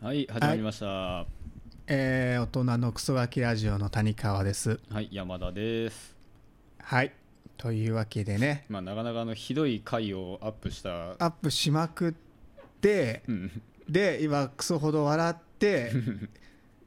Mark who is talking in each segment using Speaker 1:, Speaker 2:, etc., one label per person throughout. Speaker 1: はい、始まりました。は
Speaker 2: えー、大人のクソガキラジオの谷川です。
Speaker 1: い、山田です。
Speaker 2: はい。というわけでね、
Speaker 1: まあ、なかなかあのひどい回をアップした。
Speaker 2: アップしまくって、
Speaker 1: うん、
Speaker 2: で、今、クソほど笑って、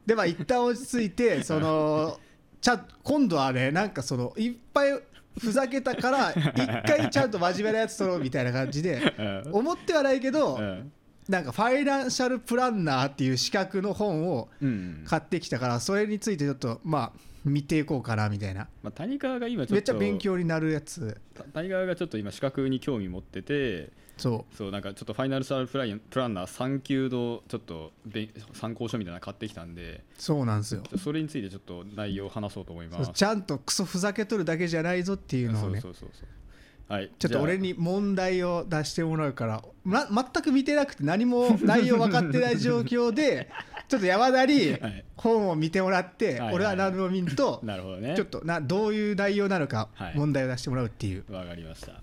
Speaker 2: で、まあ、一旦落ち着いて、その、ちゃ今度はね、なんかその、いっぱいふざけたから、一回ちゃんと真面目なやつ取ろうみたいな感じで、
Speaker 1: うん
Speaker 2: 思ってはないけど
Speaker 1: う、ん、
Speaker 2: なんか、ファイナンシャルプランナーっていう資格の本を
Speaker 1: うん、
Speaker 2: 買ってきたから、それについてちょっと、まあ、見ていこうかなみたいな。
Speaker 1: まあ、谷川が今ちょ
Speaker 2: め
Speaker 1: っ
Speaker 2: っちゃ
Speaker 1: と。
Speaker 2: 勉強になるやつ
Speaker 1: た谷川がちょっと今資格に興味持ってて。
Speaker 2: そ
Speaker 1: そう、なんかちょっとファイナルシャルプライン、プランナー三級のちょっとべ参考書みたいなの買ってきたんで。
Speaker 2: うそうなんですよ
Speaker 1: ちょそれについてちょっと内容を話そうと思います。
Speaker 2: そうちゃんとクソふざけとるだけじゃないぞっていうのをね
Speaker 1: そうそうそうそう。はい、
Speaker 2: ちょっと俺
Speaker 1: に。
Speaker 2: に問題を出してもらうからな全く見てなくて何も 内容分かってない状況でちょっと山田に
Speaker 1: はい
Speaker 2: 本を見てもらって、
Speaker 1: はい
Speaker 2: 俺は何も見んと、
Speaker 1: なるほどね。
Speaker 2: ちょっとなどういう内容なのか
Speaker 1: はい
Speaker 2: 問題を出してもらうっていう、
Speaker 1: わかりました。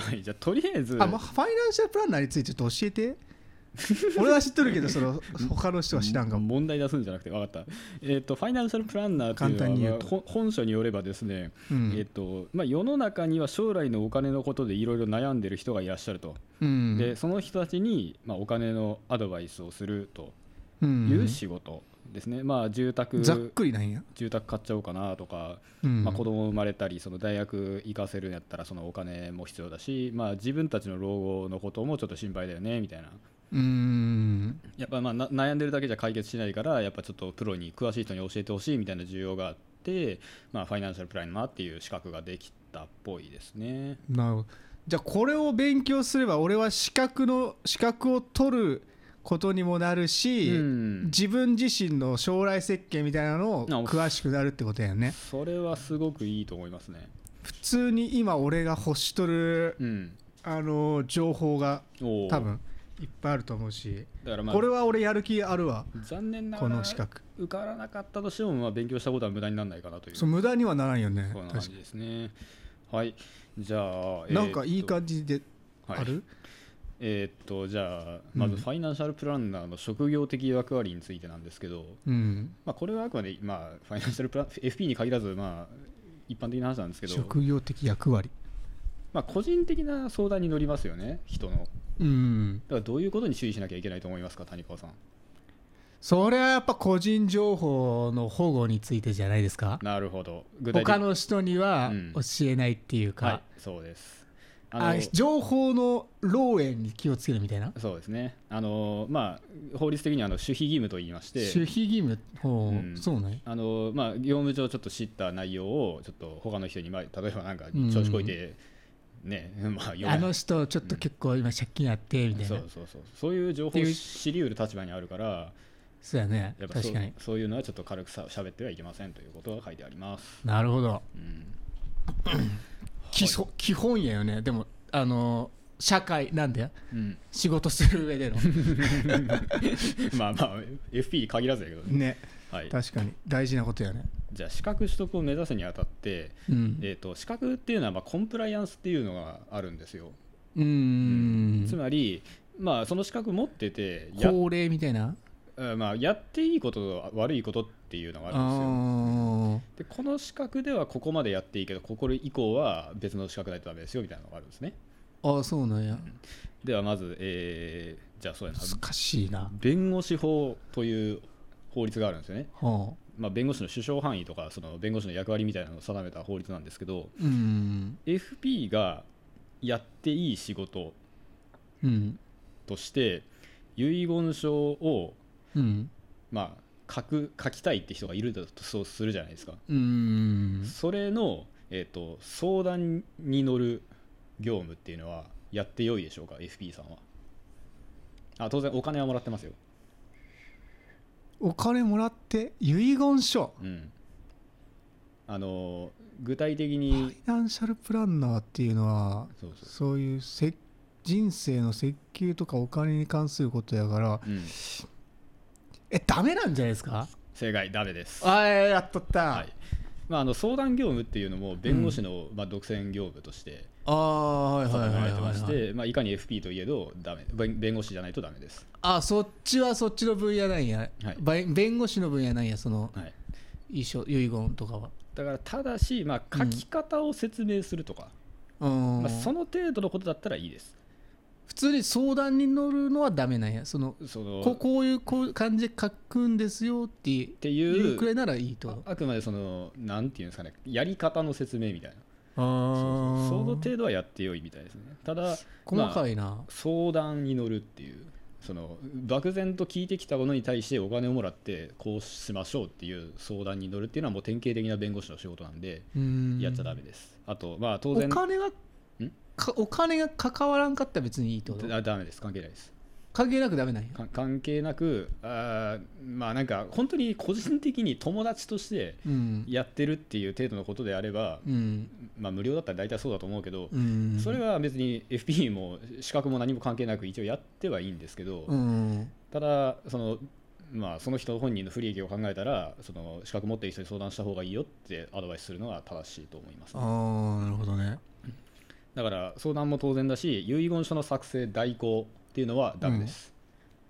Speaker 1: はい、じゃあ、とりあえず。
Speaker 2: あまあファイナンシャルプランナーについてちょっと教えて俺は知っとるけど その他の人は知らんかも
Speaker 1: 問題出すんじゃなくて分かった、えー、とファイナンシャルプランナーというのは
Speaker 2: 簡単に言うと
Speaker 1: まあほ本書によればですね、
Speaker 2: うん
Speaker 1: えーとまあ、世の中には将来のお金のことでいろいろ悩んでる人がいらっしゃると、
Speaker 2: うん
Speaker 1: でその人たちに、まあ、お金のアドバイスをすると
Speaker 2: う
Speaker 1: いうん仕事ですね、まあ、住宅
Speaker 2: ざっくりなんや、
Speaker 1: 住宅買っちゃおうかなとか、
Speaker 2: うん
Speaker 1: まあ、子供生まれたりその大学行かせるんやったらそのお金も必要だし、まあ、自分たちの老後のこともちょっと心配だよねみたいな
Speaker 2: うーん
Speaker 1: やっぱまあな悩んでるだけじゃ解決しないからやっぱちょっとプロに詳しい人に教えてほしいみたいな需要があって、まあ、ファイナンシャルプランナーっていう資格ができたっぽいですね。
Speaker 2: なるほどじゃあこれを勉強すれば俺は資格の資格を取ることにもなるし、
Speaker 1: うん、
Speaker 2: 自分自身の将来設計みたいなのを
Speaker 1: あ
Speaker 2: 詳しくなるってことやよね
Speaker 1: それはすごくいいと思いますね。
Speaker 2: 普通に今俺が欲しとる、
Speaker 1: うん、
Speaker 2: あの情報が
Speaker 1: おー
Speaker 2: 多分いっぱいあると思うし、
Speaker 1: だからまあ
Speaker 2: これは俺やる気あるわ
Speaker 1: 残念なが
Speaker 2: こ
Speaker 1: ら
Speaker 2: の資格
Speaker 1: 受からなかったとしても、まあ、勉強したことは無駄にならないかなという
Speaker 2: そう無駄にはならんよね
Speaker 1: こんな感
Speaker 2: 確か
Speaker 1: じですね。はいじゃあ、えーっと
Speaker 2: になんかいい感じであ
Speaker 1: はい
Speaker 2: る、
Speaker 1: えーっとじゃあまず
Speaker 2: うん
Speaker 1: ファイナンシャルプランナーの職業的役割についてなんですけど、
Speaker 2: うん
Speaker 1: まあ、これはあくまで、まあ、ファイナンシャルプラン FP に限らず、まあ、一般的な話なんですけど、
Speaker 2: 職業的役割
Speaker 1: まあ、個人的な相談に乗りますよね、人の。だか
Speaker 2: うん
Speaker 1: らどういうことに注意しなきゃいけないと思いますか、谷川さん。
Speaker 2: それはやっぱ個人情報の保護についてじゃないですか
Speaker 1: なるほど、具体的
Speaker 2: 他の人には
Speaker 1: うん
Speaker 2: 教えないっていうか、
Speaker 1: はい、そうです。あの
Speaker 2: あ情報の漏洩に気をつけるみたいな
Speaker 1: そうですね、あのまあ、法律的にあの守秘義務と言いまして、
Speaker 2: 守秘義務ほう、
Speaker 1: うん
Speaker 2: そうね
Speaker 1: あのまあ、業務上ちょっと知った内容を、ちょっと他の人に、まあ、例えばなんか調子こいて、ね、まあ、読め
Speaker 2: あの人ちょっと結構今借金あってみたい
Speaker 1: そ
Speaker 2: な、
Speaker 1: うそうそう、そういう情報
Speaker 2: ってい
Speaker 1: を
Speaker 2: う
Speaker 1: 知り得る立場にあるから、
Speaker 2: そうやね
Speaker 1: やっぱそう
Speaker 2: 確かに
Speaker 1: そういうのはちょっと軽くさ喋ってはいけませんということが書いてあります。
Speaker 2: なるほど
Speaker 1: うん
Speaker 2: 基礎基本やよねでもあの社会なんだよ
Speaker 1: うん、
Speaker 2: 仕事す る上での
Speaker 1: まあまあ FP に限らずやけどね、
Speaker 2: ね
Speaker 1: はい、
Speaker 2: 確かに大事なことやね
Speaker 1: じゃあ資格取得を目指すにあたって、
Speaker 2: うん
Speaker 1: えー、と資格っていうのはまあコンプライアンスっていうのがあるんですよ、
Speaker 2: うーん
Speaker 1: つまり、まあ、その資格持っててや,、
Speaker 2: 法令みたいな
Speaker 1: まあ、やっていいことと悪いことっていうのがあるんで
Speaker 2: あ
Speaker 1: すよでこの資格ではここまでやっていいけどここ以降は別の資格ないとダメですよみたいなのがあるんですね
Speaker 2: ーあーそうなんや
Speaker 1: ではまず、えーじゃあそうやな
Speaker 2: 難しいな、
Speaker 1: 弁護士法という法律があるんですよね、
Speaker 2: は
Speaker 1: まあ、弁護士の首相範囲とかその弁護士の役割みたいなのを定めた法律なんですけど
Speaker 2: あ、うん、
Speaker 1: FP がやっていい仕事
Speaker 2: うん、
Speaker 1: として遺言書を
Speaker 2: うん、
Speaker 1: まあ書く書きたいって人がいるとそうするじゃないですか、
Speaker 2: うん、
Speaker 1: それの、えー、と相談に乗る業務っていうのはやってよいでしょうか FP さんはあ当然お金はもらってますよ、
Speaker 2: お金もらって遺言書
Speaker 1: うん、あのー具体的
Speaker 2: ファ
Speaker 1: に
Speaker 2: イナンシャルプランナーっていうのは
Speaker 1: そうそう
Speaker 2: そういうせ人生の設計とかお金に関することやから
Speaker 1: うん、
Speaker 2: えダメなんじゃないですか
Speaker 1: 正解ダメです
Speaker 2: ああやっとった、
Speaker 1: はいまあ、あの相談業務っていうのも弁護士の、まあ、独占業務として
Speaker 2: ああはいはい
Speaker 1: 定
Speaker 2: は
Speaker 1: め
Speaker 2: い
Speaker 1: られて
Speaker 2: は
Speaker 1: ま
Speaker 2: い
Speaker 1: し
Speaker 2: はい
Speaker 1: て、まあ、いかに FP といえどダメ弁弁護士じゃないとダメです、
Speaker 2: あそっちはそっちの分野なんや、
Speaker 1: はい
Speaker 2: ばい、弁護士の分野なんやその
Speaker 1: はい、
Speaker 2: 遺書遺言とかは
Speaker 1: だからただし、まあ、
Speaker 2: う
Speaker 1: 書
Speaker 2: ん
Speaker 1: き方を説明するとか、
Speaker 2: うん、
Speaker 1: まあ、その程度のことだったらいいです
Speaker 2: 普通に相談に乗るのはダメなんやその
Speaker 1: その
Speaker 2: ここういうこういう感じで書くんですよってい
Speaker 1: って
Speaker 2: う
Speaker 1: い
Speaker 2: いう
Speaker 1: う
Speaker 2: くらいならいいと
Speaker 1: ああくまでそのなんていうんですかねやり方の説明みたいな
Speaker 2: あー
Speaker 1: その程度はやってよいみたいですねただ
Speaker 2: 細か
Speaker 1: まあ
Speaker 2: いな、
Speaker 1: 相談に乗るっていうその漠然と聞いてきたものに対してお金をもらってこうしましょうっていう相談に乗るっていうのはもう典型的な弁護士の仕事なんで
Speaker 2: うん
Speaker 1: やっちゃダメです、あとまあ当
Speaker 2: お
Speaker 1: 然
Speaker 2: 金がかお金が関わらんかったら別にいいってこと
Speaker 1: あダメです関係ないです
Speaker 2: 関係なくダメなんや
Speaker 1: か関係なくあーまあなんか本当に個人的に友達として
Speaker 2: うん
Speaker 1: やってるっていう程度のことであれば、
Speaker 2: うん
Speaker 1: まあ、無料だったら大体そうだと思うけど、
Speaker 2: うん
Speaker 1: それは別に FP も資格も何も関係なく一応やってはいいんですけど、
Speaker 2: うん
Speaker 1: ただその、まあ、その人本人の不利益を考えたらその資格持ってる人に相談した方がいいよってアドバイスするのは正しいと思います
Speaker 2: あ
Speaker 1: ね、
Speaker 2: あなるほどね
Speaker 1: だから相談も当然だし遺言書の作成代行っていうのはダメです、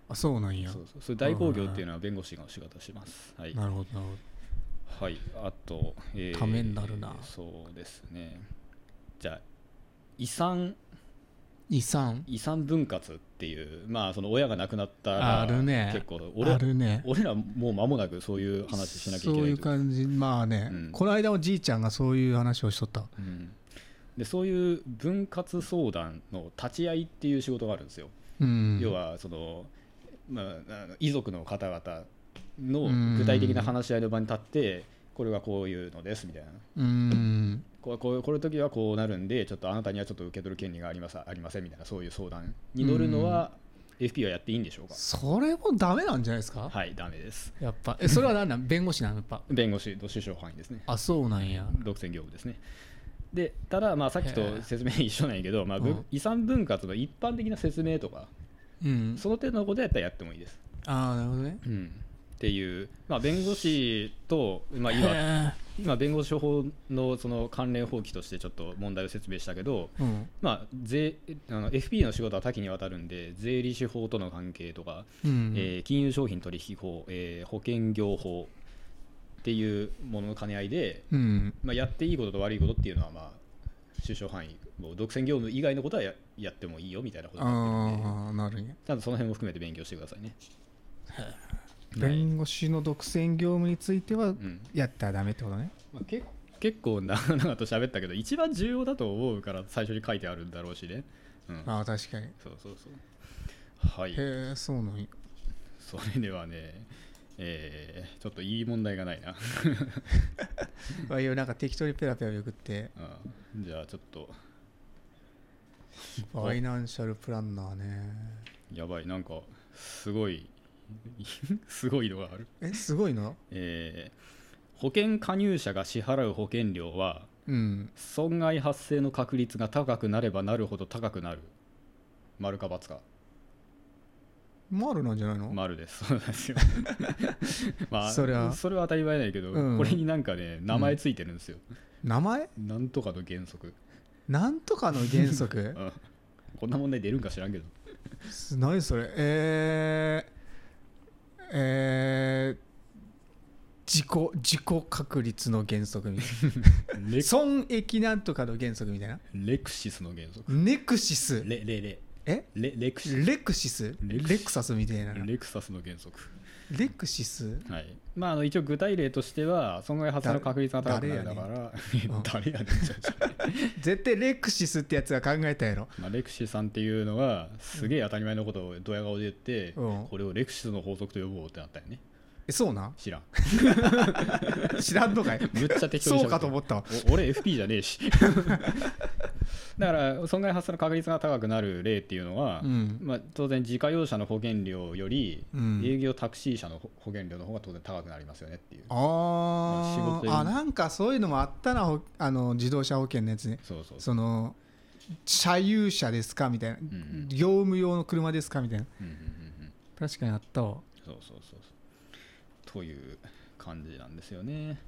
Speaker 2: あそうなんや
Speaker 1: そうそうそういう代行業っていうのは弁護士が仕事をしますはい、
Speaker 2: なるほどなるほ
Speaker 1: はい、あと、え
Speaker 2: ためになるな
Speaker 1: そうですねじゃあ遺産
Speaker 2: ど遺産
Speaker 1: 遺産分割っていう、まあ、その親が亡くなったら
Speaker 2: あるね
Speaker 1: 結構俺
Speaker 2: あるね
Speaker 1: 俺らもう間もなくそういう話しなきゃいけ
Speaker 2: そ
Speaker 1: な
Speaker 2: う
Speaker 1: い
Speaker 2: いう
Speaker 1: という
Speaker 2: 感じまあね、
Speaker 1: うん
Speaker 2: この間おじいちゃんがそういう話をしとった
Speaker 1: うんでそういう分割相談の立ち会いっていう仕事があるんですよ、
Speaker 2: うん
Speaker 1: 要はその、まあ、あの遺族の方々
Speaker 2: うん
Speaker 1: の具体的な話し合いの場に立って、これはこういうのですみたいな
Speaker 2: うん
Speaker 1: こうこうこの時はこうなるんでちょっとあなたにはちょっと受け取る権利がありますありませんみたいなそういう相談に乗るのは FP はやっていいんでしょうか、
Speaker 2: それもダメなんじゃないですか
Speaker 1: はいダメです
Speaker 2: やっぱえそれは何なん弁護士なのやっぱ
Speaker 1: 弁護士の首相範囲ですね
Speaker 2: あそうなんや
Speaker 1: 独占業務ですねでただまあさっき
Speaker 2: へえ
Speaker 1: と説明一緒なんやけど、まあぶ
Speaker 2: うん
Speaker 1: 遺産分割の一般的な説明とか
Speaker 2: うん
Speaker 1: その程度のことやったらやってもいいです、
Speaker 2: ああなるほどね
Speaker 1: うん、っていう、まあ、弁護士と、まあ、
Speaker 2: へ
Speaker 1: 今
Speaker 2: ー
Speaker 1: 今弁護士法のその関連法規としてちょっと問題を説明したけど、
Speaker 2: うん
Speaker 1: まあ、税あの FP の仕事は多岐にわたるんで税理士法との関係とか、
Speaker 2: うん
Speaker 1: えー金融商品取引法、えー保険業法っていうものの兼ね合いで、
Speaker 2: うん
Speaker 1: まあ、やっていいことと悪いことっていうのは、まあ、首相範囲もう独占業務以外のことはややってもいいよみたいなことになってるんで
Speaker 2: ああなるんや
Speaker 1: ちゃんとその辺も含めて勉強してくださいね。はい
Speaker 2: 弁護士の独占業務については
Speaker 1: うん
Speaker 2: やったらダメってことね
Speaker 1: まあ、け結構長々と喋ったけど一番重要だと思うから最初に書いてあるんだろうしね。うん、
Speaker 2: ああ確かにへ
Speaker 1: そうそうそう。はい。
Speaker 2: えそうなんや
Speaker 1: それではね、えーちょっといい問題がない な。
Speaker 2: ああいうなんか適当にペラペラめくって
Speaker 1: うんじゃあちょっと、
Speaker 2: ファイナンシャルプランナーね
Speaker 1: やばい、なんか、すごい、 すごいのがある。
Speaker 2: えすごいの
Speaker 1: えー保険加入者が支払う保険料は、
Speaker 2: うん
Speaker 1: 損害発生の確率が高くなればなるほど高くなる。丸か×か。
Speaker 2: マルなんじゃないの、
Speaker 1: 丸です。そうなん ですよ。まあ、
Speaker 2: そ
Speaker 1: そ
Speaker 2: り
Speaker 1: れ
Speaker 2: ゃ
Speaker 1: は当たり前ないけど、
Speaker 2: うん
Speaker 1: これになんかね、名前ついてるんですよ。
Speaker 2: 名前
Speaker 1: なんとかの原則。
Speaker 2: なんとかの原則
Speaker 1: うんこんな問題出るんか知らんけど。
Speaker 2: す何それえー、えー自己自己確率の原則みたい
Speaker 1: レ
Speaker 2: な損益なんとかの原則みたいな
Speaker 1: レクシスの原則。
Speaker 2: ネクシス
Speaker 1: レレレ
Speaker 2: え
Speaker 1: レレクシス
Speaker 2: レクシス
Speaker 1: レクシ
Speaker 2: レクサスみたいな
Speaker 1: レクサスの原則。
Speaker 2: レクシス
Speaker 1: はい。まああの一応具体例としては損害発生の確率が高くなるだから 誰やねん。
Speaker 2: 絶対レクシスってやつが考えたやろ
Speaker 1: まあレクシさんっていうのはすげえ当たり前のことをドヤ顔で言って、
Speaker 2: うん
Speaker 1: これをレクシスの法則と呼ぼうってなったよね。
Speaker 2: えそうなん
Speaker 1: 知 らん。
Speaker 2: 知らんのかい
Speaker 1: むっちゃ適当に
Speaker 2: そうかと思ったわ
Speaker 1: お俺 FP じゃねえしだから損害発生の確率が高くなる例っていうのは、
Speaker 2: うん
Speaker 1: まあ、当然自家用車の保険料より
Speaker 2: うん
Speaker 1: 営業タクシー車の保保険料の方が当然高くなりますよねっていう、仕
Speaker 2: あ
Speaker 1: 事で
Speaker 2: ーあなんかそういうのもあったなほあの自動車保険のやつね
Speaker 1: そうそうそう
Speaker 2: その車有車ですかみたいな、
Speaker 1: ん
Speaker 2: 業務用の車ですかみたいな
Speaker 1: うんうんうんうん
Speaker 2: 確かにあったわ
Speaker 1: そうそうそうそうという感じなんですよね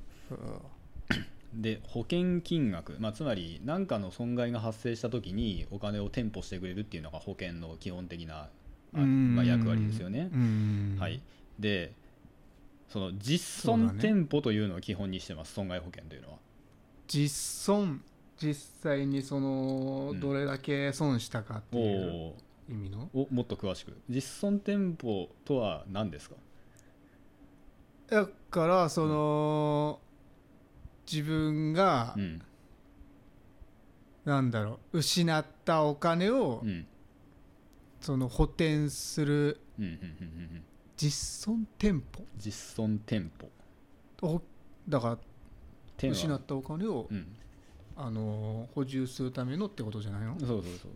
Speaker 1: で保険金額、まあ、つまり何かの損害が発生した時にお金を添付してくれるっていうのが保険の基本的な、あまあ、役割ですよね。
Speaker 2: うん
Speaker 1: はい、でその実
Speaker 2: そうだ
Speaker 1: 損
Speaker 2: ね
Speaker 1: 店舗というのを基本にしてます、損害保険というのは。
Speaker 2: 実損実際にその
Speaker 1: うん
Speaker 2: どれだけ損したかっていう
Speaker 1: おー
Speaker 2: 意味の、
Speaker 1: おもっと詳しく実損店舗とは何ですか
Speaker 2: だからその、自分が
Speaker 1: うん
Speaker 2: なんだろう失ったお金を
Speaker 1: うんうん
Speaker 2: その補填する
Speaker 1: うんうんうんうん
Speaker 2: 実損店舗
Speaker 1: 実損店舗
Speaker 2: おだから
Speaker 1: 店は
Speaker 2: 失ったお金を、
Speaker 1: うん
Speaker 2: あのー補充するためのってことじゃないの
Speaker 1: そうそうそう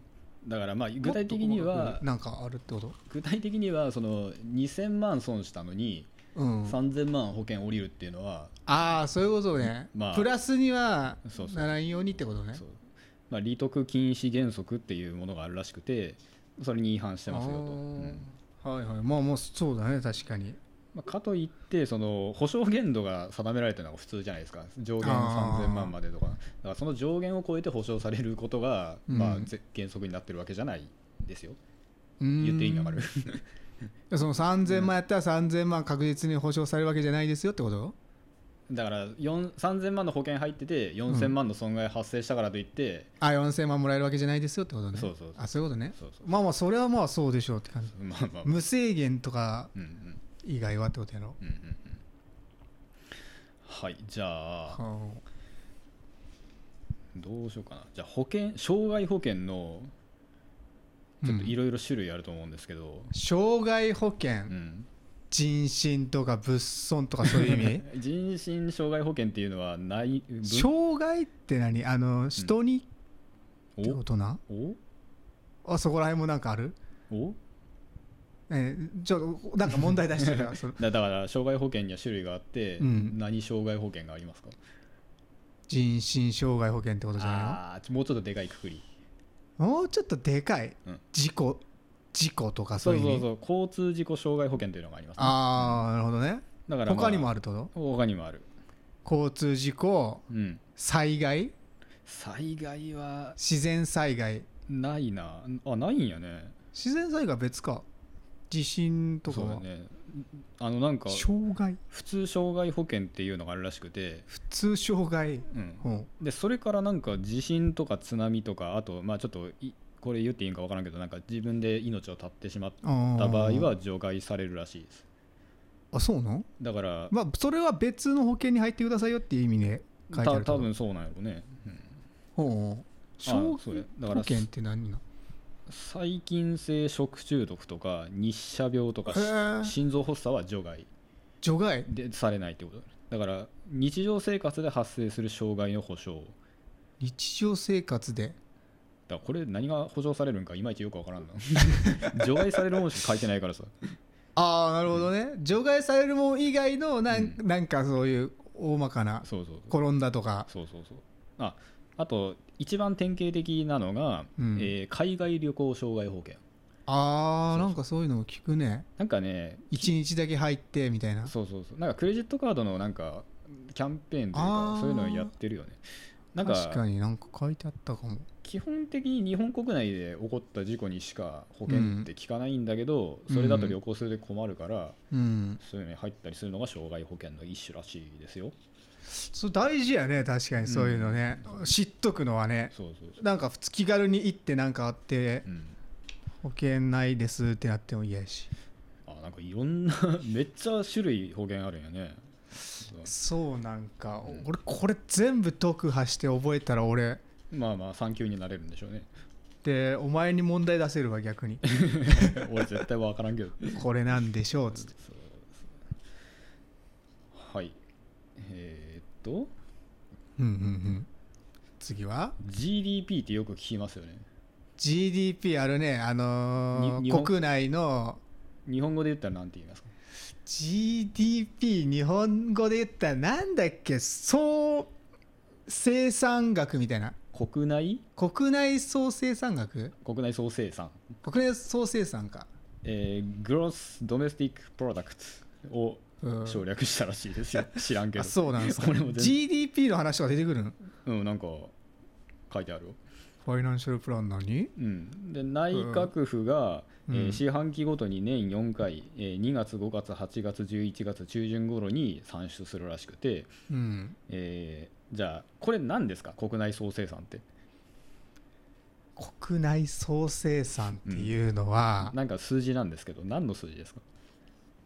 Speaker 1: だからまあ具体的に
Speaker 2: もっと細か
Speaker 1: は
Speaker 2: くなんかあるってこと
Speaker 1: 具体的にはその2000万損したのに
Speaker 2: うん
Speaker 1: 3000万保険降りるっていうのは、
Speaker 2: ああそういうことね、
Speaker 1: まあ
Speaker 2: プラスには
Speaker 1: そうそう
Speaker 2: ならんようにってことね
Speaker 1: そうまあ、利得禁止原則っていうものがあるらしくてそれに違反してますよと、
Speaker 2: あー
Speaker 1: うん
Speaker 2: はいはいまあもうそうだね確かに
Speaker 1: まあ、かといってその保証限度が定められてるのが普通じゃないですか上限
Speaker 2: あー
Speaker 1: 3000万までとかだからその上限を超えて保証されることが、
Speaker 2: うん
Speaker 1: まあ、ぜ原則になってるわけじゃないですよ
Speaker 2: 言
Speaker 1: 言っていいんだから
Speaker 2: その3000万やったら3000万確実に保証されるわけじゃないですよってこと
Speaker 1: だから4 3000万の保険入ってて4000万の損害発生したからといって、
Speaker 2: あ4000万もらえるわけじゃないですよってことね
Speaker 1: そうそうそう
Speaker 2: あそういうことね
Speaker 1: そうそう
Speaker 2: まあまあそれはまあそうでしょうって感じ
Speaker 1: まあまあまあ
Speaker 2: 無制限とか
Speaker 1: うんうん
Speaker 2: 以外はってことやろ
Speaker 1: うんうんうんはいじゃあ
Speaker 2: は
Speaker 1: どうしようかなじゃあ保険障害保険の
Speaker 2: あ
Speaker 1: ちょっと
Speaker 2: うん
Speaker 1: いろいろ種類あると思うんですけど、
Speaker 2: 障害保険、
Speaker 1: うん
Speaker 2: 人身とか物損とかそういう 意
Speaker 1: 人身障害保険っていうのはない
Speaker 2: 味障害って何あの人にってこ
Speaker 1: お
Speaker 2: とな、
Speaker 1: お
Speaker 2: あそこら辺もなんかある
Speaker 1: お
Speaker 2: えーちょっとなんか問題出してる からその
Speaker 1: だだから障害保険には種類があって、
Speaker 2: うん
Speaker 1: 何障害保険がありますか
Speaker 2: 人身障害保険ってことじゃないの
Speaker 1: あーもうちょっとでかいくくり
Speaker 2: もうちょっとでかい、
Speaker 1: うん
Speaker 2: 事故事故とか
Speaker 1: そ
Speaker 2: そ
Speaker 1: うう
Speaker 2: いう意味
Speaker 1: そうそう交通事故障害保険というのがあります、ね、
Speaker 2: ああなるほどね
Speaker 1: だから、
Speaker 2: 他にも
Speaker 1: あ
Speaker 2: あるってこ
Speaker 1: る他にもある、
Speaker 2: と交通事故
Speaker 1: うん、
Speaker 2: 災害
Speaker 1: 災害は
Speaker 2: 自然災害
Speaker 1: ないなあないんやね
Speaker 2: 自然災害は別か地震とか
Speaker 1: そう
Speaker 2: は、
Speaker 1: だねあのなんか
Speaker 2: 障害
Speaker 1: 普通障害保険っていうのがあるらしくて、
Speaker 2: 普通障害
Speaker 1: うん、
Speaker 2: うん
Speaker 1: でそれからなんか地震とか津波とかあとまあちょっといこれ言っていいんか分からんけどなんか自分で命を絶ってしまっ
Speaker 2: あー
Speaker 1: た場合は除外されるらしいです
Speaker 2: あそうなん
Speaker 1: だから
Speaker 2: まあそれは別の保険に入ってくださいよっていう意味で書いてあ
Speaker 1: た
Speaker 2: る
Speaker 1: 多分そうなんやろうね、うん
Speaker 2: ほう障
Speaker 1: そうやだか
Speaker 2: 害
Speaker 1: ら
Speaker 2: 保険って何なの
Speaker 1: 細菌性食中毒とか日射病とかし
Speaker 2: へー
Speaker 1: 心臓発作は除外
Speaker 2: 除外
Speaker 1: でされないってことだから日常生活で発生する障害の保障
Speaker 2: 日常生活
Speaker 1: だ
Speaker 2: で
Speaker 1: からこれ何が補助されるんかいまいちよくわからんな 除外されるもんしか書いてないからさ
Speaker 2: ああなるほどね、除外されるもん以外のなん,、
Speaker 1: う
Speaker 2: なんかそういう大まかな
Speaker 1: そうそうそう
Speaker 2: 転んだとか
Speaker 1: そうそうそうああと一番典型的なのが、
Speaker 2: うん
Speaker 1: えー海外旅行障害保険
Speaker 2: ああなんかそういうのも聞くね
Speaker 1: なんかね
Speaker 2: 一日だけ入ってみたいな
Speaker 1: そうそうそうなんかクレジットカードのなんかキャンペーンという
Speaker 2: あ
Speaker 1: か
Speaker 2: ー
Speaker 1: そういうのやってるよねなん
Speaker 2: 確か
Speaker 1: か
Speaker 2: になんか書いてあったかも
Speaker 1: 基本的に日本国内で起こった事故にしか保険って効かないんだけど、それだと旅行するで困るから、
Speaker 2: うん
Speaker 1: そういうのに入ったりするのが障害保険の一種らしいですよ
Speaker 2: そう大事やね確かにそういうのね、知っとくのはね
Speaker 1: そうそうそう
Speaker 2: なんか普通気軽に行ってなんかあって
Speaker 1: うん
Speaker 2: 保険ないですってなっても嫌やし
Speaker 1: あなんかいろんな めっちゃ種類保険あるんや ね
Speaker 2: そうなんか、
Speaker 1: うん
Speaker 2: 俺これ全部読破して覚えたら俺
Speaker 1: まあまあ3級になれるんでしょう ね
Speaker 2: でお前に問題出せるわ逆 に
Speaker 1: 俺絶対分からんけど
Speaker 2: これなんでしょうつって
Speaker 1: はいえーっと
Speaker 2: うんうんうん次は
Speaker 1: GDP ってよく聞きますよね
Speaker 2: GDP あるねあのー
Speaker 1: に日本
Speaker 2: 国内の
Speaker 1: 日本語で言ったら何て言いますか
Speaker 2: GDP 日本語で言ったらなんだっけ総生産額みたいな
Speaker 1: 国内
Speaker 2: 国内総生産額
Speaker 1: 国内総生産、
Speaker 2: 国内総生産か
Speaker 1: えー、Gross Domestic Product を
Speaker 2: うん
Speaker 1: 省略したらしいですよ、知らんけ
Speaker 2: あ
Speaker 1: ど
Speaker 2: そうなんですか
Speaker 1: 俺も全然
Speaker 2: GDP の話とか出てくるん
Speaker 1: うんなんか書いてあるよ
Speaker 2: ファイナンシャルプランナーに
Speaker 1: うん、で内閣府が、
Speaker 2: うん
Speaker 1: えー
Speaker 2: うん
Speaker 1: 四半期ごとに年4回、えー2月5月8月11月中旬頃に算出するらしくて、
Speaker 2: うん
Speaker 1: えーじゃあこれ何ですか国内総生産って
Speaker 2: 国内総生産っていうのは、
Speaker 1: なんか数字なんですけど何の数字ですか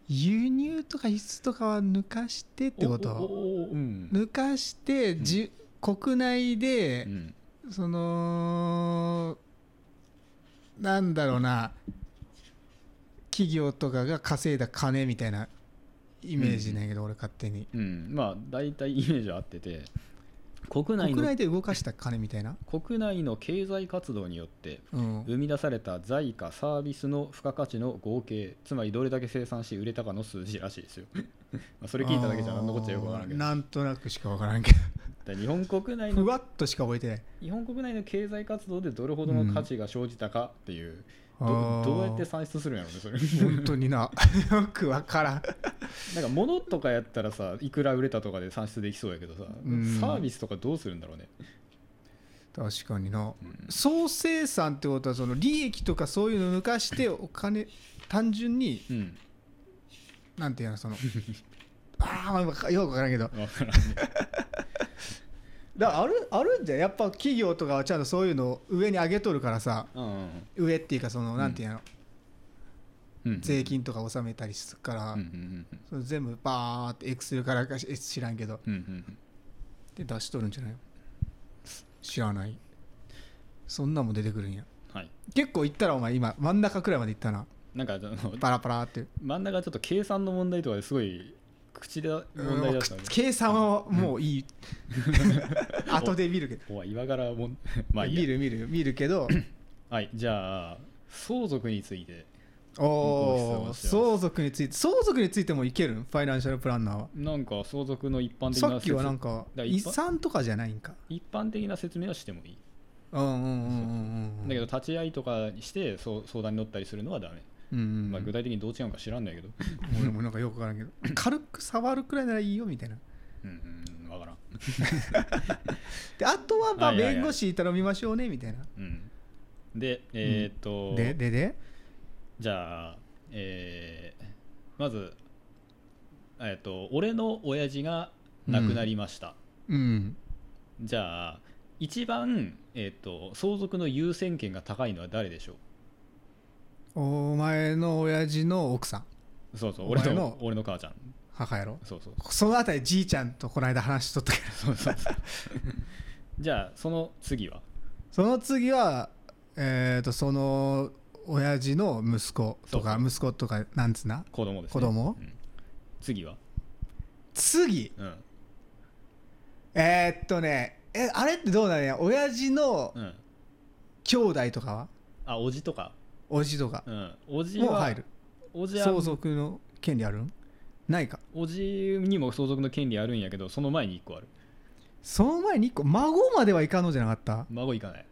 Speaker 2: 輸入とか輸出とかは抜かしてってこ
Speaker 1: おお
Speaker 2: と
Speaker 1: おうん、
Speaker 2: 抜かして、じ国内
Speaker 1: う
Speaker 2: で、
Speaker 1: ん
Speaker 2: そのなんだろうな企業とかが稼いだ金みたいなイメージなんやけど、俺勝手に
Speaker 1: うん、まあ大体イメージは合ってて国内の
Speaker 2: 国内で動かした金みたいな、
Speaker 1: 国内の経済活動によって
Speaker 2: うん、
Speaker 1: 生み出された財貨サービスの付加価値の合計つまりどれだけ生産し売れたかの数字らしいですよ まあそれ聞いただけじゃ何のこっちゃよくわからんけ
Speaker 2: あー
Speaker 1: ど
Speaker 2: なんとなくしかわからんけ
Speaker 1: で日本国内
Speaker 2: どふ
Speaker 1: の
Speaker 2: わっとしか覚えてない
Speaker 1: 日本国内の経済活動でどれほどの価値が生じたかっていう、どどうやって算出するんやろうねそれ
Speaker 2: あー本当にな よくわからん
Speaker 1: なんか物とかやったらさいくら売れたとかで算出できそうやけどさ、
Speaker 2: うん
Speaker 1: サービスとかどうするんだろうね、
Speaker 2: 確かにな
Speaker 1: うん
Speaker 2: 総生産ってことはその利益とかそういうの抜かしてお金単純に
Speaker 1: うん、
Speaker 2: なんていう のそのああまあよくわからんけど
Speaker 1: わからん
Speaker 2: だからあるあるんじゃんやっぱ企業とかはちゃんとそういうのを上に上げとるからさ
Speaker 1: うんうん
Speaker 2: 上っていうかそのなんていうの、
Speaker 1: うんうん
Speaker 2: 税金とか納めたりするから、
Speaker 1: うんうん
Speaker 2: その全部バーってエクセルからかし知らんけど
Speaker 1: うんうんうんうん
Speaker 2: で出しとるんじゃない知らないそんなんも出てくるんや
Speaker 1: はい
Speaker 2: 結構行ったらお前今真ん中くらいまで行ったな
Speaker 1: なんかあの
Speaker 2: パラパラって
Speaker 1: 真ん中ちょっと計算の問題とかですごい口で問題だったの
Speaker 2: うん
Speaker 1: で
Speaker 2: 計算はもう いい後で見るけど
Speaker 1: おい今から もんまあいい
Speaker 2: 見
Speaker 1: や
Speaker 2: る見る見るけど
Speaker 1: はいじゃあ相続について
Speaker 2: お
Speaker 1: この
Speaker 2: お
Speaker 1: 質問します
Speaker 2: 相続について相続についてもいけるんファイナンシャルプランナーは
Speaker 1: なんか相続の一般的
Speaker 2: さ
Speaker 1: な
Speaker 2: っきはなん
Speaker 1: 説だ
Speaker 2: か
Speaker 1: から
Speaker 2: 遺
Speaker 1: 一般
Speaker 2: 産とかじゃないんか
Speaker 1: 一般的な説明はしてもいい
Speaker 2: うんうんうんうんうん
Speaker 1: だけど立ち会いとかにしてそう相談に乗ったりするのはダメ、
Speaker 2: うんうん
Speaker 1: まあ、具体的にどう違うのか知らんないけど
Speaker 2: 俺もなんかよくわからんけど軽く触るくらいならいいよみたいな
Speaker 1: うんうん分からん、
Speaker 2: であとはまあ
Speaker 1: はいはいはい
Speaker 2: 弁護士頼みましょうねみたいな
Speaker 1: うん、でえーっと、
Speaker 2: ででで
Speaker 1: じゃあ、えーまず、えーっと俺の親父が亡くなりました、
Speaker 2: うん
Speaker 1: じゃあ一番、えー、と相続の優先権が高いのは誰でしょ
Speaker 2: お前の親父の奥さん
Speaker 1: うそうそう
Speaker 2: お
Speaker 1: 俺
Speaker 2: 前の
Speaker 1: の俺の母ちゃん
Speaker 2: 母やろ
Speaker 1: そうそう
Speaker 2: そのあたりじいちゃんとこの間話しとったけど
Speaker 1: そうそうそうじゃあその次は
Speaker 2: その次はえっ、とその親父の息子とか
Speaker 1: そ
Speaker 2: 息子とかなんつうな
Speaker 1: 子供です、ね、
Speaker 2: 子供
Speaker 1: うん次は
Speaker 2: 次
Speaker 1: うん
Speaker 2: えーっとねえあれってどうなのや親父の
Speaker 1: うん
Speaker 2: 兄弟とかは
Speaker 1: あおじとか
Speaker 2: おじとか
Speaker 1: うんおじは
Speaker 2: もう入る
Speaker 1: おじは
Speaker 2: 相続の権利あるんないか
Speaker 1: おじにも相続の権利あるんやけどその前に1個ある
Speaker 2: その前に1個孫まではいかんのじゃなかった
Speaker 1: 孫いかない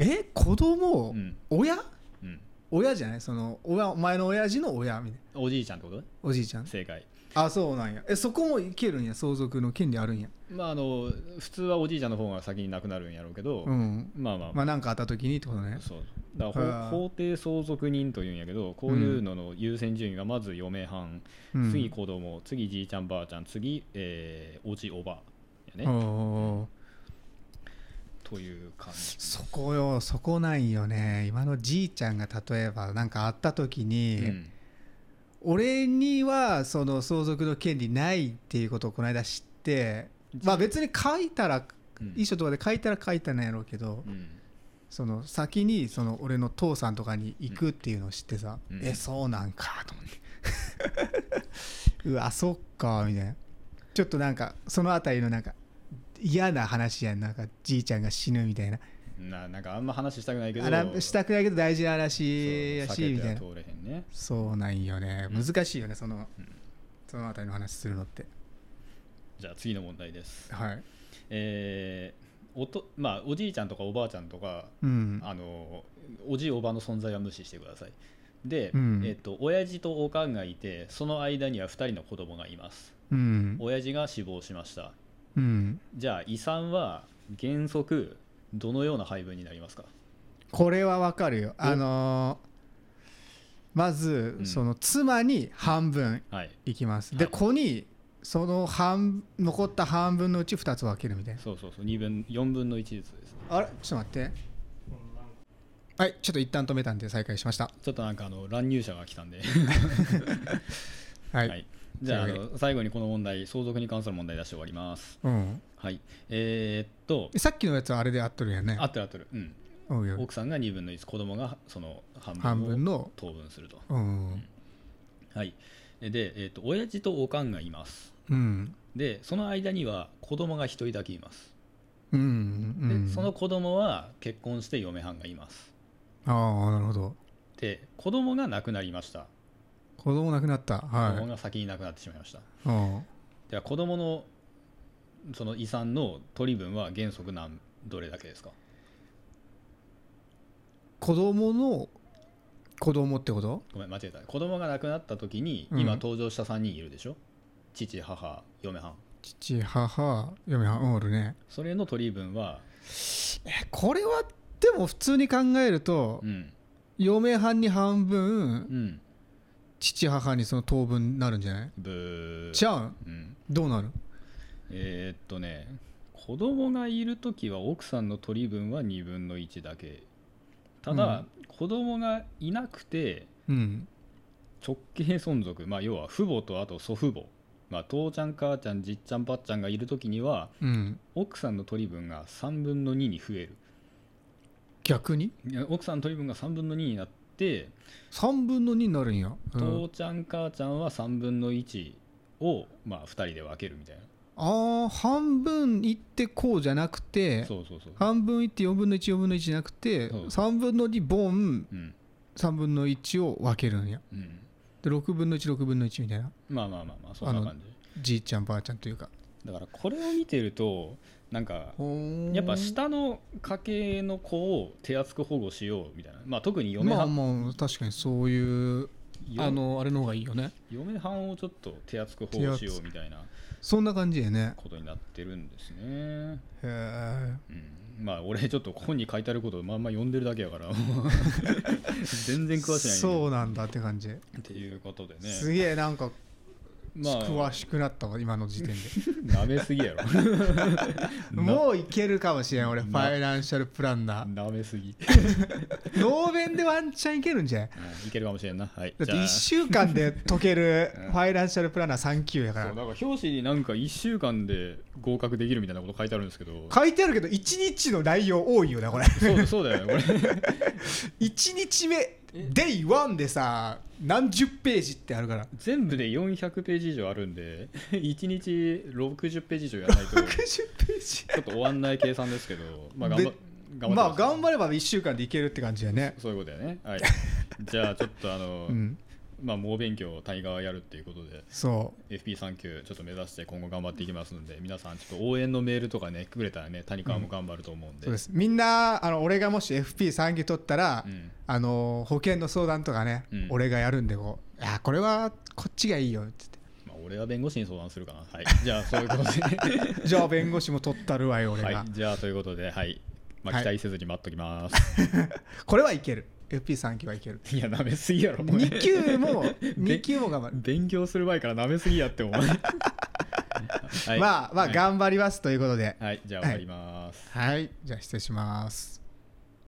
Speaker 2: え子供、
Speaker 1: うん
Speaker 2: 親
Speaker 1: うん
Speaker 2: 親じゃないその親お前の親父の親みたいな
Speaker 1: おじいちゃんってこと
Speaker 2: おじいちゃん
Speaker 1: 正解
Speaker 2: あそうなんやえそこもいけるんや相続の権利あるんや
Speaker 1: まああの普通はおじいちゃんの方が先に亡くなるんやろうけど、
Speaker 2: うん
Speaker 1: まあまあ
Speaker 2: まあなんかあった時にってことね
Speaker 1: そうだから
Speaker 2: あー
Speaker 1: 法法定相続人というんやけどこういうのの優先順位がまず嫁はん、
Speaker 2: うん
Speaker 1: 次子供次じいちゃんばあちゃん次、えーおじおばや
Speaker 2: お
Speaker 1: ね
Speaker 2: うおうおう
Speaker 1: という感じ
Speaker 2: そこよそこないよね今のじいちゃんが例えば何かあった時に、
Speaker 1: うん
Speaker 2: 俺にはその相続の権利ないっていうことをこの間知ってまあ別に書いたら
Speaker 1: うん
Speaker 2: 遺書とかで書いたら書いたんやろうけど、
Speaker 1: うん
Speaker 2: その先にその俺の父さんとかに行くっていうのを知ってさ、
Speaker 1: うん
Speaker 2: えそうなんかと思ってうわそっかみたいなちょっとなんかそのあたりのなんか嫌な話やんなんかじいちゃんが死ぬみたいな
Speaker 1: ななんかあんま話したくないけど
Speaker 2: あらしたくないけど大事な話や
Speaker 1: そう
Speaker 2: し
Speaker 1: 避
Speaker 2: み
Speaker 1: けて
Speaker 2: た
Speaker 1: はい
Speaker 2: な
Speaker 1: 通れへんね
Speaker 2: そうなんよね
Speaker 1: うん
Speaker 2: 難しいよねその、
Speaker 1: うん
Speaker 2: そのあたりの話するのって
Speaker 1: じゃあ次の問題です
Speaker 2: はい
Speaker 1: えーおとまあ、おじいちゃんとかおばあちゃんとか、
Speaker 2: うん
Speaker 1: あのおじいおばの存在は無視してくださいで、
Speaker 2: うん
Speaker 1: えっと親父とおかんがいてその間には2人の子供がいます
Speaker 2: うん
Speaker 1: 親父が死亡しました
Speaker 2: うん
Speaker 1: じゃあ遺産は原則どのような配分になりますか
Speaker 2: これはわかるよ
Speaker 1: お
Speaker 2: あのーまず、
Speaker 1: うん
Speaker 2: その妻に半分
Speaker 1: はい
Speaker 2: いきます、
Speaker 1: はい
Speaker 2: で子にその半残った半分のうち2つ分けるみたいな
Speaker 1: そうそうそう2分4分の1ずつですね
Speaker 2: あれちょっと待ってはいちょっと一旦止めたんで再開しました
Speaker 1: ちょっとなんかあの乱入者が来たんで
Speaker 2: はい、
Speaker 1: はいじゃああ
Speaker 2: というわ
Speaker 1: の最後にこの問題相続に関する問題出して終わります
Speaker 2: うん、
Speaker 1: はいえー、っと
Speaker 2: さっきのやつはあれで合っとるやんね
Speaker 1: 合ってる合ってるうん
Speaker 2: おいおい
Speaker 1: 奥さんが2分の1子供がその半
Speaker 2: 半分
Speaker 1: 分を
Speaker 2: の
Speaker 1: 当分すると
Speaker 2: うん
Speaker 1: はいで、えー、と親父とおかんがいます
Speaker 2: うん
Speaker 1: でその間には子供が1人だけいます
Speaker 2: うんう
Speaker 1: で、
Speaker 2: ん
Speaker 1: その子供は結婚して嫁はんがいます
Speaker 2: ああなるほど
Speaker 1: で子供が亡くなりました
Speaker 2: 子供亡くなった
Speaker 1: 子供
Speaker 2: は
Speaker 1: が先に亡くなってしまいました、
Speaker 2: いうん
Speaker 1: では子供のその遺産の取り分は原則何どれだけですか
Speaker 2: 子供の子供ってこと
Speaker 1: ごめん間違えた子供が亡くなった時に
Speaker 2: うん
Speaker 1: 今登場した3人いるでしょ、父母嫁はん
Speaker 2: 父母嫁はんうんおるね
Speaker 1: それの取り分は
Speaker 2: えこれはでも普通に考えると
Speaker 1: うん
Speaker 2: 嫁はんに半
Speaker 1: う
Speaker 2: 分
Speaker 1: ん
Speaker 2: 父母にその当分になるんじゃない
Speaker 1: ブー
Speaker 2: じゃあ
Speaker 1: うん、
Speaker 2: どうなる
Speaker 1: えーっとね子供がいる時は奥さんの取り分は2分の1だけただ、子供がいなくて
Speaker 2: うん
Speaker 1: 直系存続、まあ、要は父母とあと祖父母、まあ、父ちゃん母ちゃんじっちゃんばっちゃんがいる時には
Speaker 2: うん
Speaker 1: 奥さんの取り分が3分の2に増える
Speaker 2: 逆に
Speaker 1: いや奥さんの取り分が3分の2になって、
Speaker 2: 3分の2になるんや、うん
Speaker 1: 父ちゃん母ちゃんは3分の1を、まあ、2人で分けるみたい
Speaker 2: ああ半分いってこうじゃなく
Speaker 1: な
Speaker 2: て
Speaker 1: そうそうそう、
Speaker 2: 半分いって4分の14分の1じゃなくて
Speaker 1: そう
Speaker 2: 3分の2
Speaker 1: う
Speaker 2: ボン
Speaker 1: ん
Speaker 2: 3分の1を分けるんや
Speaker 1: うん、
Speaker 2: で6分の16分の1みたいな
Speaker 1: まあまあまあまあそんな感じ
Speaker 2: じいちゃんばあちゃんというか
Speaker 1: だからこれを見てるとなんかやっぱ下の家系の子を手厚く保護しようみたいな、まあ、特に嫁
Speaker 2: ま
Speaker 1: は
Speaker 2: あ
Speaker 1: ん、
Speaker 2: まあ確かにそういう
Speaker 1: よ
Speaker 2: あのあれの方がいいよね
Speaker 1: 嫁はんをちょっと手厚く保護しようみたいな
Speaker 2: そんな感じでね
Speaker 1: ことになってるんですね、
Speaker 2: へえ
Speaker 1: うん、まあ俺ちょっと本に書いてあることをまんま読んでるだけやから全然詳しない
Speaker 2: そうなんだって感じ、
Speaker 1: っていうことでね
Speaker 2: すげえなんか
Speaker 1: まあ
Speaker 2: 詳しくなったわ今の時点で
Speaker 1: なめすぎやろ な
Speaker 2: もういけるかもしれん俺
Speaker 1: な
Speaker 2: ファイナンシャルプランナー
Speaker 1: なめすぎ、
Speaker 2: ノーベンでワンチャンいけるんじゃない
Speaker 1: うんいけるかもしれんなはい
Speaker 2: だって
Speaker 1: じゃあ
Speaker 2: 1週間で解ける
Speaker 1: うん
Speaker 2: ファイナンシャルプランナー3級やか
Speaker 1: そう
Speaker 2: ら
Speaker 1: なんか表紙になんか1週間で合格できるみたいなこと書いてあるんですけど
Speaker 2: 書いてあるけど1日の内容多いよなこれ
Speaker 1: そうそうだよねこれ
Speaker 2: 1日目 Day1 でさ何十ページってあるから
Speaker 1: 全部で400ページ以上あるんで1日60ページ以上やらないと
Speaker 2: 60
Speaker 1: ち
Speaker 2: ペー
Speaker 1: ょっと終わんない計算ですけどまあ頑張
Speaker 2: で
Speaker 1: 頑張って
Speaker 2: ジまあ
Speaker 1: す
Speaker 2: 頑張れば1週間でいけるって感じだよね
Speaker 1: そういうことだよね はいじゃあちょっとあの、
Speaker 2: うん
Speaker 1: まあ猛勉強をタイガーやるっていうことで
Speaker 2: そう
Speaker 1: FP3 級ちょっと目指して今後頑張っていきますので皆さんちょっと応援のメールとかねくれたらね谷川も頑張ると思うんで,、
Speaker 2: そうですみんなあの俺がもし FP3 級取ったら、
Speaker 1: うん
Speaker 2: あの保険の相談とかね、
Speaker 1: うん
Speaker 2: 俺がやるんでこう「いやこれはこっちがいいよ」っつって
Speaker 1: まあ、俺は弁護士に相談するかなはいじゃあそういうこと
Speaker 2: 「 じゃあ弁護士も取ったるわよ俺
Speaker 1: で、
Speaker 2: が、
Speaker 1: はい、じゃあということではい、まあ、
Speaker 2: はい
Speaker 1: 期待せずに待っときます、
Speaker 2: これはいける FP3 級はいける
Speaker 1: い、やなめすぎやろお前
Speaker 2: 2級も2級も頑張る、
Speaker 1: 勉強する前からなめすぎやってお 前はい
Speaker 2: まあまあ
Speaker 1: はい
Speaker 2: 頑張りますということで
Speaker 1: はい、じゃあ終わります、
Speaker 2: はいじゃあ失礼します